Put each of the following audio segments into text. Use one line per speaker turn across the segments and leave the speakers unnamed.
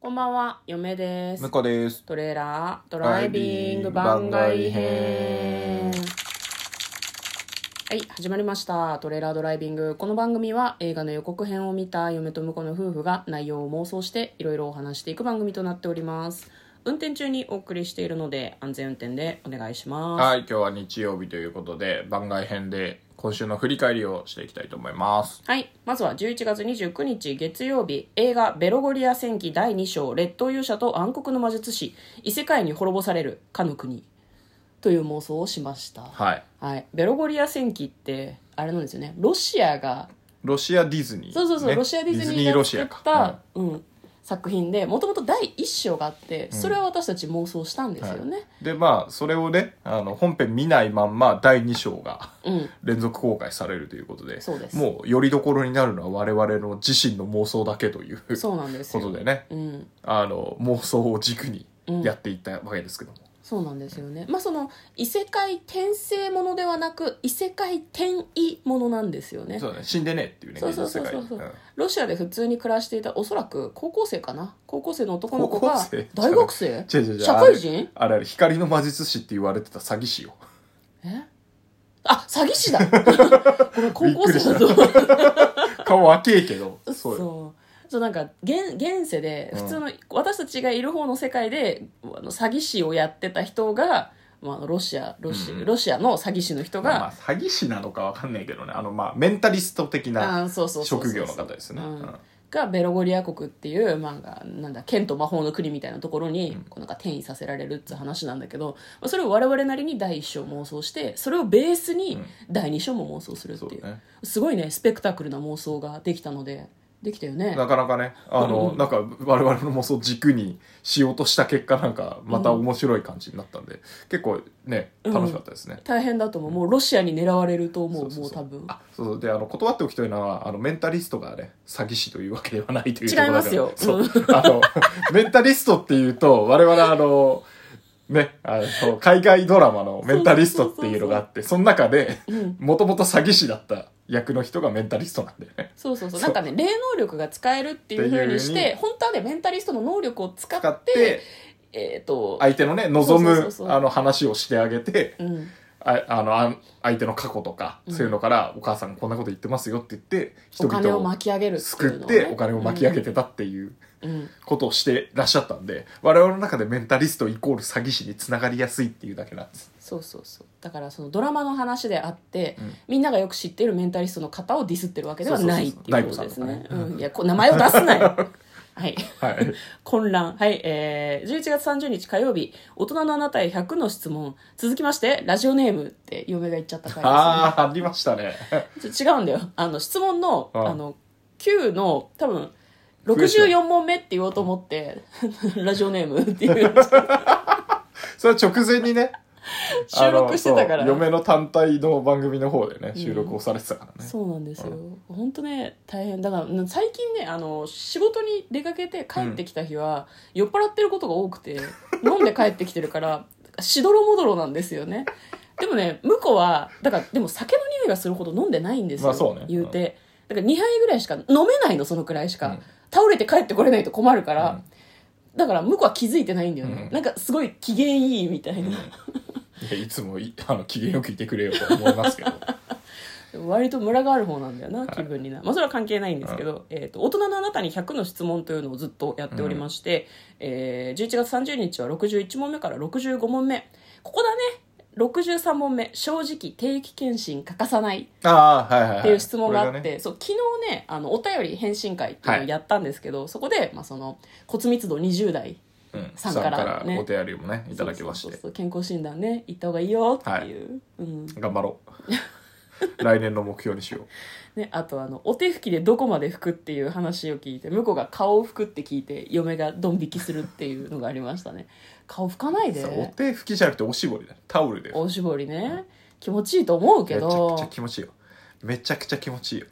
こんばんは、嫁です
向。こうです。
トレーラードライビング番外編。はい、始まりました。トレーラードライビング。この番組は映画の予告編を見た嫁と婿の夫婦が内容を妄想していろいろお話していく番組となっております。運転中にお送りしているので安全運転でお願いします。
はい、今日は日曜日ということで、番外編で今週の振り返りをしていきたいと思います。
はい。まずは11月29日月曜日、映画ベロゴリア戦記第2章、列島勇者と暗黒の魔術師、異世界に滅ぼされるかの国という妄想をしました。
はい。
はい。ベロゴリア戦記って、あれなんですよね。ロシアが、
ロシアディズニー、
そうそうそう、
ね
ロシアディズニー
ロ
が
シ
作
ア
っ
か。
た、うん、作品で、もともと第1章があって、それは私たち妄想したんですよね。
うんで、まあ、それをね、あの、本編見ないまんま第2章が
うん。
連続公開されるということで、
そうです
もう、よりどころになるのは我々の自身の妄想だけという
そうなんです
こ
よ。
とでね、
うん。
あの、妄想を軸にやっていったわけですけども。
そうなんですよね。まあその異世界転生ものではなく異世界転移ものなんですよね。
そうだね、死んでねえっていうね、
そうそうそうそう
現実世界うん
ロシアで普通に暮らしていたおそらく高校生かな高校生の男の子
高
が
校生
大学生
違う違う違う
社会人
あれあれ光の魔術師って言われてた詐欺師よ
えあ詐欺師だこれ高校 生だと
顔赤えけど
そう
よ
そうなんか現現世で普通の、私たちがいる方の世界であの詐欺師をやってた人が、まああの、ロシアロシ,、
うんうん
ロシアの詐欺師の人が、
まあまあ詐欺師なのかわかんないけどねあのまあメンタリスト的な
あーそうそうそうそう
職業の方ですね
う
うん
んがベロゴリア国っていう、まあ、なんだ剣と魔法の国みたいなところにこうなんか転移させられるって話なんだけど、まあ、それを我々なりに第一章妄想してそれをベースに第二章も妄想するって
そう
いう,、
ね
すごいねスペクタクルな妄想ができたのでできたよね
なかなかねあ
う
のなんか我々の妄想を軸にしようとした結果なんかまた面白い感じになったんで結構ね楽しかったですね
大変だと思うもうロシアに狙われると思う
そそそ
もう多分
あそうそうであの断っておきたいのはあのメンタリストがね詐欺師というわけではないというところ
違いますよ
そうあの メンタリストっていうと我々あのねあの海外ドラマのメンタリストっていうのがあってその中で
うん
もともと詐欺師だった役の人がメンタリストなんだよね
そうそうそう
そ
な
うん
かね霊能力が使えるっていうふうにし
っていう風
て本当はねメンタリストの能力を使
使
っ
ってて
えっ、と、
相手のね望
そうそう
む
そうそう
あの話をしてあげて
うん、
ああのあん相手の過去とか
うん
そういうのからお母さんこんなこと言ってますよって言って人
お金を
々を
巻き上げるっていう
救
の
っ
をね
てお金を巻き上げてたっていう。
うんうん
ことをしてらっしゃったんで我々の中でメンタリストイコール詐欺師につながりやすいっていうだけなんです
そうそうそうだからそのドラマの話であって、
うん
みんながよく知っているメンタリストの方をディスってるわけではないっていうことですね
そうそうそう大悟さんとかね
うんいやこう名前を出すな よはい
はい
混乱はいえー、11月30日火曜日大人のあなたへ100の質問続きましてラジオネームって嫁が言っちゃった回
ああありましたね
です、ね、ちょ違うんだよあの質問の
あ
あの9の多分64問目って言おうと思って、 ラジオネームって いう、
それは直前にね
収録してたから
あのそう嫁の単体の番組の方でね収録をされてたからね、
そうなんですよ本当ね大変だからな最近ねあの仕事に出かけて帰ってきた日は、酔っ払ってることが多くて 飲んで帰ってきてるからしどろもどろなんですよねでもね向こうはだからでも酒の匂いがするほど飲んでないんですよ、
まあそうね
言うて、だから2杯ぐらいしか飲めないのそのくらいしか、
うん
倒れて帰ってこれないと困るから、
うん
だから向こうは気づいてないんだよね、
うん
なんかすごい機嫌いいみたいな、
いやいつもい あの機嫌よくいてくれよと思いま すけど
割とムラがある方なんだよな気分にな、まあそれは関係ないんですけど、えー、と大人のあなたに100の質問というのをずっとやっておりまして、えー11月30日は61問目から65問目ここだね63問目正直定期検診欠かさない
ああはいはい、はい、
っていう質問があって、
これね
そう昨日ねあのお便り返信会っていうのをやったんですけど、そこで、まあ、その骨密度20代
うん、
さ
さ
ん
ん
か
からら
ね
お手やりもねいただきまして
そうそうそう健康診断ね行った方がいいよっていう、うん
頑張ろ う来年の目標にしよ、
ね、あとあのお手拭きでどこまで拭くっていう話を聞いて向こうが顔を拭くって聞いて嫁がドン引きするっていうのがありましたね顔拭かないうで
さお手拭きじゃなくておしぼりだねタオルで
おしぼりね気持ちいいと思うけ
めちゃくちゃ
ど
気持ちいいよめちゃくちゃ気持ちいいよ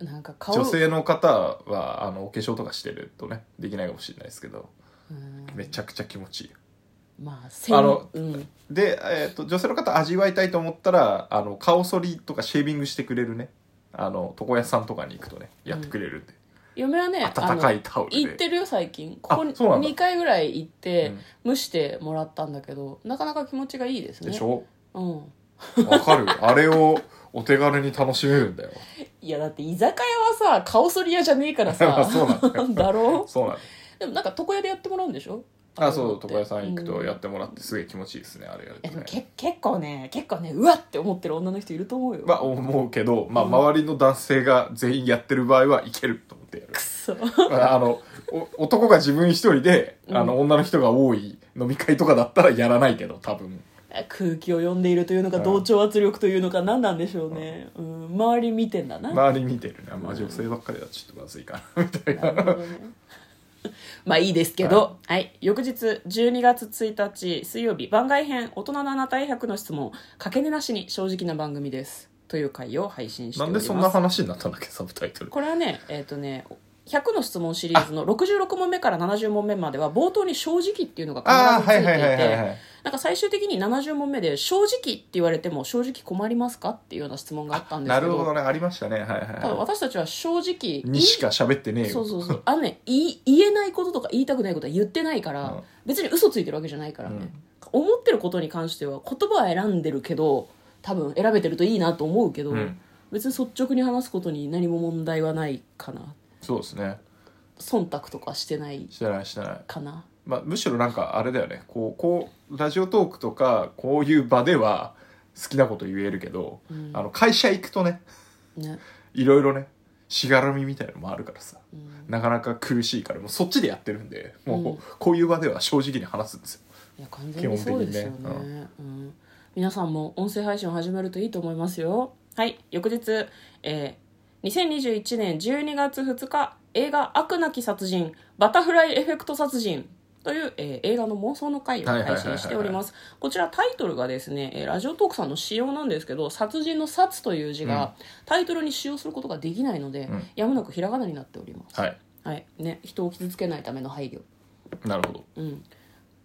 なんか顔
女性の方はあのお化粧とかしてるとねできないかもしれないですけど
うん
めちゃくちゃ気持ちいいよ
まあせん
あの
うん、
で、えー、と女性の方味わいたいと思ったらあの顔剃りとかシェービングしてくれるねあの床屋さんとかに行くとねやってくれるんで、
嫁はね
暖かいタオルで
あの行ってるよ最近ここ
あそうなんだ
2回ぐらい行って
うん
蒸してもらったんだけどなかなか気持ちがいいですね
でしょ
うん
わかるあれをお手軽に楽しめるんだよ
いやだって居酒屋はさ顔剃り屋じゃねえから
ま
さ
あ そうなんだ
だ
よ
ろ
そうなの
でもなんか床屋でやってもらうんでしょ
あそう床屋さん行くとや
っ
ってもらってすげえ気持ちいいですねあれやる
えで
と
も
ね
け結構ね結構ねうわって思ってる女の人いると思うよ、
まあ思うけど、まあ、
うん
周りの男性が全員やってる場合はいけると思ってやる
くそ
ああのお男が自分一人であの女の人が多い飲み会とかだったらやらないけど多分
空気を読んでいるというのか
うん
同調圧力というのか何なんでしょうね、うん、周り見てんだな
周り見てるねまあ女性ばっかりだとちょっとまずいかなみたい
なるほどね まあいいですけど、はい翌日12月1日水曜日番外編「大人のあなたへ100の質問」「かけねなしに正直な番組です」という回を配信して
な
おりま
なんですそんな話になったんだっけサブタイトル
これはねえっ、とね100の質問シリーズの66問目から70問目までは冒頭に「正直」っていうのが
ああ
必
は
ず
い
つい
はいは
てい
いはい
て
はい
なんか最終的に70問目で「正直」って言われても「正直困りますか?」っていうような質問があったんです
な
け
る
ど
ほどねありましたねはいはい
ただ
は
私たちは正直
いにしか喋ってねえよ
そうそうそうあのね言い言えないこととか言いたくないことは言ってないから、
うん
別に嘘ついてるわけじゃないからね、思ってることに関しては言葉は選んでるけど多分選べてるといいなと思うけど、
うん
別に率直に話すことに何も問題はないかな
そうですね
忖度とかしてない
してないしてない
かな
まあ、むしろなんかあれだよねこうこうラジオトークとかこういう場では好きなこと言えるけど、
うん
あの会社行くとね
ね、
いろいろねしがらみみたいなのもあるからさ
うん、
なかなか苦しいからもうそっちでやってるんでもうこう,、
うん
こういう場では正直に話すんですよ
いや完全にそうですよね
基本的に
うん皆さんも音声配信を始めるといいと思いますよはい翌日、えー、2021年12月2日映画「悪なき殺人バタフライエフェクト殺人」という、えー映画の妄想の回を配信しておりますこちらタイトルがですね、えーラジオトークさんの使用なんですけど殺人の「殺」という字がタイトルに使用することができないので、
うん
やむなくひらがなになっております、
はい
はいね、人を傷つけないための配慮
なるほど
うん、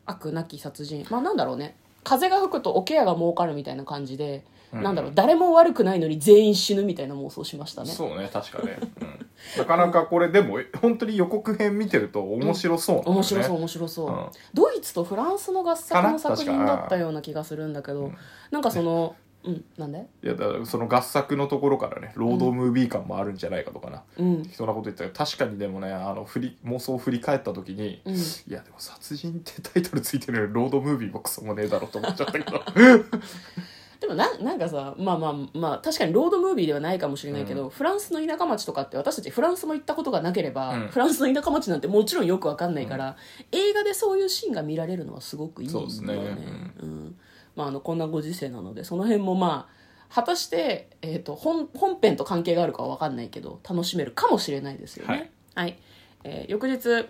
悪なき殺人まあなんだろうね風が吹くとおケアが儲かるみたいな感じで、
うん
なんだろう誰も悪くないのに全員死ぬみたいな妄想しましたね
そうね確かね、うん、なかなかこれでも本当に予告編見てると面白そうなんだよね、
面白そう面白そう、
うん
ドイツとフランスの合作の作
か
品
な
だったような気がするんだけど、
うん
なんかそのうんなんで
いやだからその合作のところからねロードムービー感もあるんじゃないかとかな、
うん
適当なこと言ってたけど確かにでもねあの振り妄想を振り返った時に、
うん
いやでも殺人ってタイトルついてるのにロードムービーもクソもねえだろと思っちゃった けど
でもななんかさまあまあまあ確かにロードムービーではないかもしれないけど、フランスの田舎町とかって私たちフランスも行ったことがなければ、
うん
フランスの田舎町なんてもちろんよくわかんないから、映画でそういうシーンが見られるのはすごくいいよ
そうですね
うんまあ、あのこんなご時世なのでその辺もまあ果たして、えー、と本本編と関係があるかはわかんないけど楽しめるかもしれないですよね。はい、えー翌日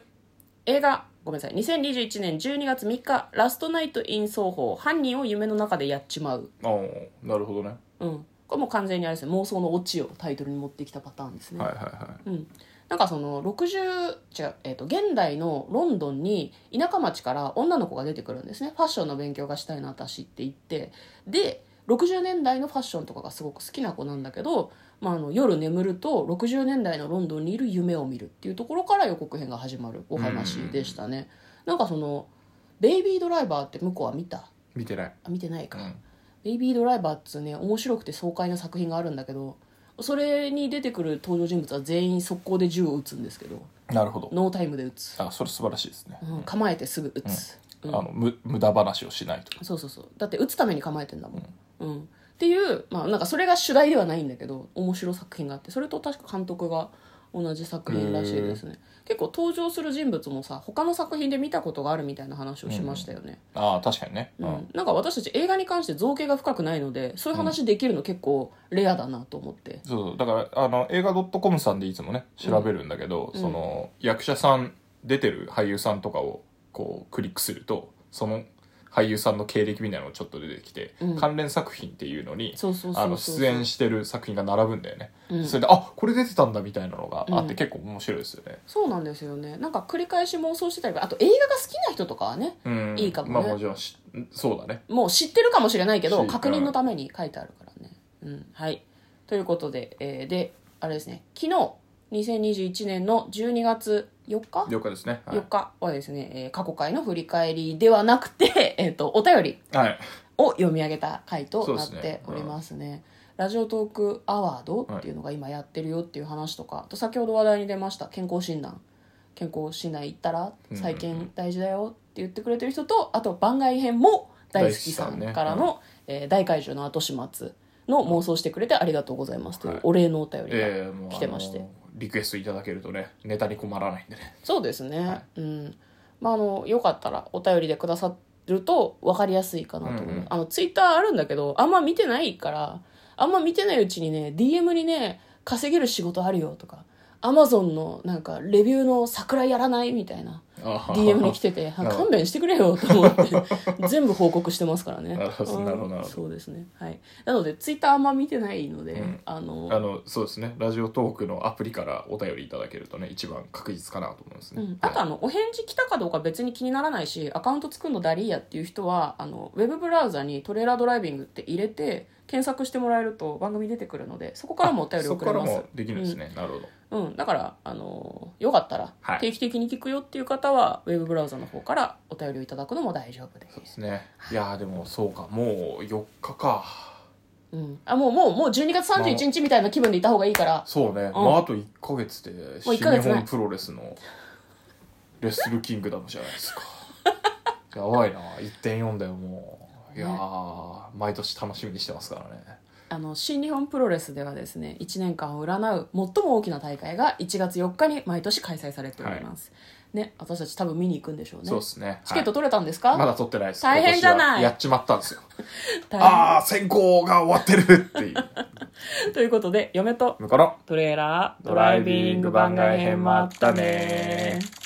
映画ごめんなさい2021年12月3日「ラストナイト・イン奏法犯人を夢の中でやっちまう」
ああなるほどね
うん、これもう完全にあれですね妄想のオチをタイトルに持ってきたパターンですね、
はいはいは
うん、なんかその60違う、えー、と現代のロンドンに田舎町から女の子が出てくるんですねファッションの勉強がしたいな私って言ってで60年代のファッションとかがすごく好きな子なんだけど、まあ、あの夜眠ると60年代のロンドンにいる夢を見るっていうところから予告編が始まるお話でしたね、なんかその「ベイビードライバー」って向こうは見た
い見てない、
あ見てないか、
うん
ベイビードライバーっつうね面白くて爽快な作品があるんだけどそれに出てくる登場人物は全員速攻で銃を撃つんですけど
なるほど
ノータイムで撃つ、
あそれ素晴らしいですね、
うん、構えてすぐ撃つ、うん
あのむ無駄話をしないと
そうそうそうだって撃つために構えてんだもん、うんっていう、まあ、なんかそれが主題ではないんだけど面白い作品があってそれと確か監督が同じ作品らしいですね結構登場する人物もさ他の作品で見たことがあるみたいな話をしましたよね、
ああ確かにね、うん
うん、なんか私たち映画に関して造形が深くないのでそういう話できるの結構レアだなと思って、
そうそうだからあの映画 .com さんでいつもね調べるんだけど、
うん
その役者さん出てる俳優さんとかをこうクリックするとその俳優さんの経歴みたいなのがちょっと出てきて、
うん
関連作品っていうのに
そうそうそうそう
あの出演してる作品が並ぶんだよね、
うん
それであこれ出てたんだみたいなのがあって、
うん
結構面白いですよね、
そうなんですよねなんか繰り返し妄想してたりあと映画が好きな人とかはね
うん、
いいかもね
まあもちろんしそうだね
もう知ってるかもしれないけど
知る
確認のために書いてあるからね、うん、はいということで、えーであれですね昨日2021年の12月4日
了解ですね。はい
4。日はですね、えー過去回の振り返りではなくて、 えっとお便り
はい、
を読み上げた回と
そうで
なっ
すね
ておりますねラジオトークアワードっていうのが今やってるよっていう話とか、あと先ほど話題に出ました健康診断健康診断行ったら
うん
再建大事だよって言ってくれてる人とあと番外編も大好きさ
大好きさん
ん
ね
からの、えー大怪獣の後始末の妄想してくれてありがとうございますというお礼のお便りが、
えーもう
来てまして
あのリクエストいただけるとねネタに困らないんでね
そうですね、
は
う
い
んまああのよかったらお便りでくださると分かりやすいかなと思う、
うんうん
あのツイッターあるんだけどあんま見てないからあんま見てないうちにね DM にね稼げる仕事あるよとかアマゾンのなんかレビューの桜やらないみたいな DM に来てて
るほど
勘弁してくれよと思って 全部報告してますからね
なるほど
うん
なるほどなるほど
そうですねはいなのでツイッターあんま見てないので、
うん
あの
あのそうですねラジオトークのアプリからお便りいただけるとね一番確実かなと思うんです
う
ね、
ん、あとあのお返事来たかどうか別に気にならないしアカウント作るのダリーヤっていう人はあのウェブブラウザにトレーラードライビングって入れて検索してもらえると番組出てくるのでそこからもお便り
そ
送
こか
れ
ら
ます
もできるんですね、なるほど
うんうん、だからあのよかったら
はい
定期的に聞くよっていう方は、ウェブブラウザの方からお便りをいただくのも大丈夫で、
そうですすねいやーでもそうかもう4日か
うん、あもうもうもう12月31日みたいな気分でいた方がいいから
そうね、まああと1ヶ月で
う
新
一
日
ヶ月ない
本プロレスのレッスルキングダムじゃな いですかやばいな1.4だよもういやー毎年楽しみにしてますからね
あの新日本プロレスではですね1年間を占う最も大きな大会が1月4日に毎年開催されております、ね私たち多分見に行くんでしょうね
そうですね
チケット
はい
取れたんですか、
まだ取ってないです
大変じゃない
今年はやっちまったんですよ
大変
ああ選考が終わってるっていう
ということで嫁と
だから
トレーラード
ドライビング番外編もあったねー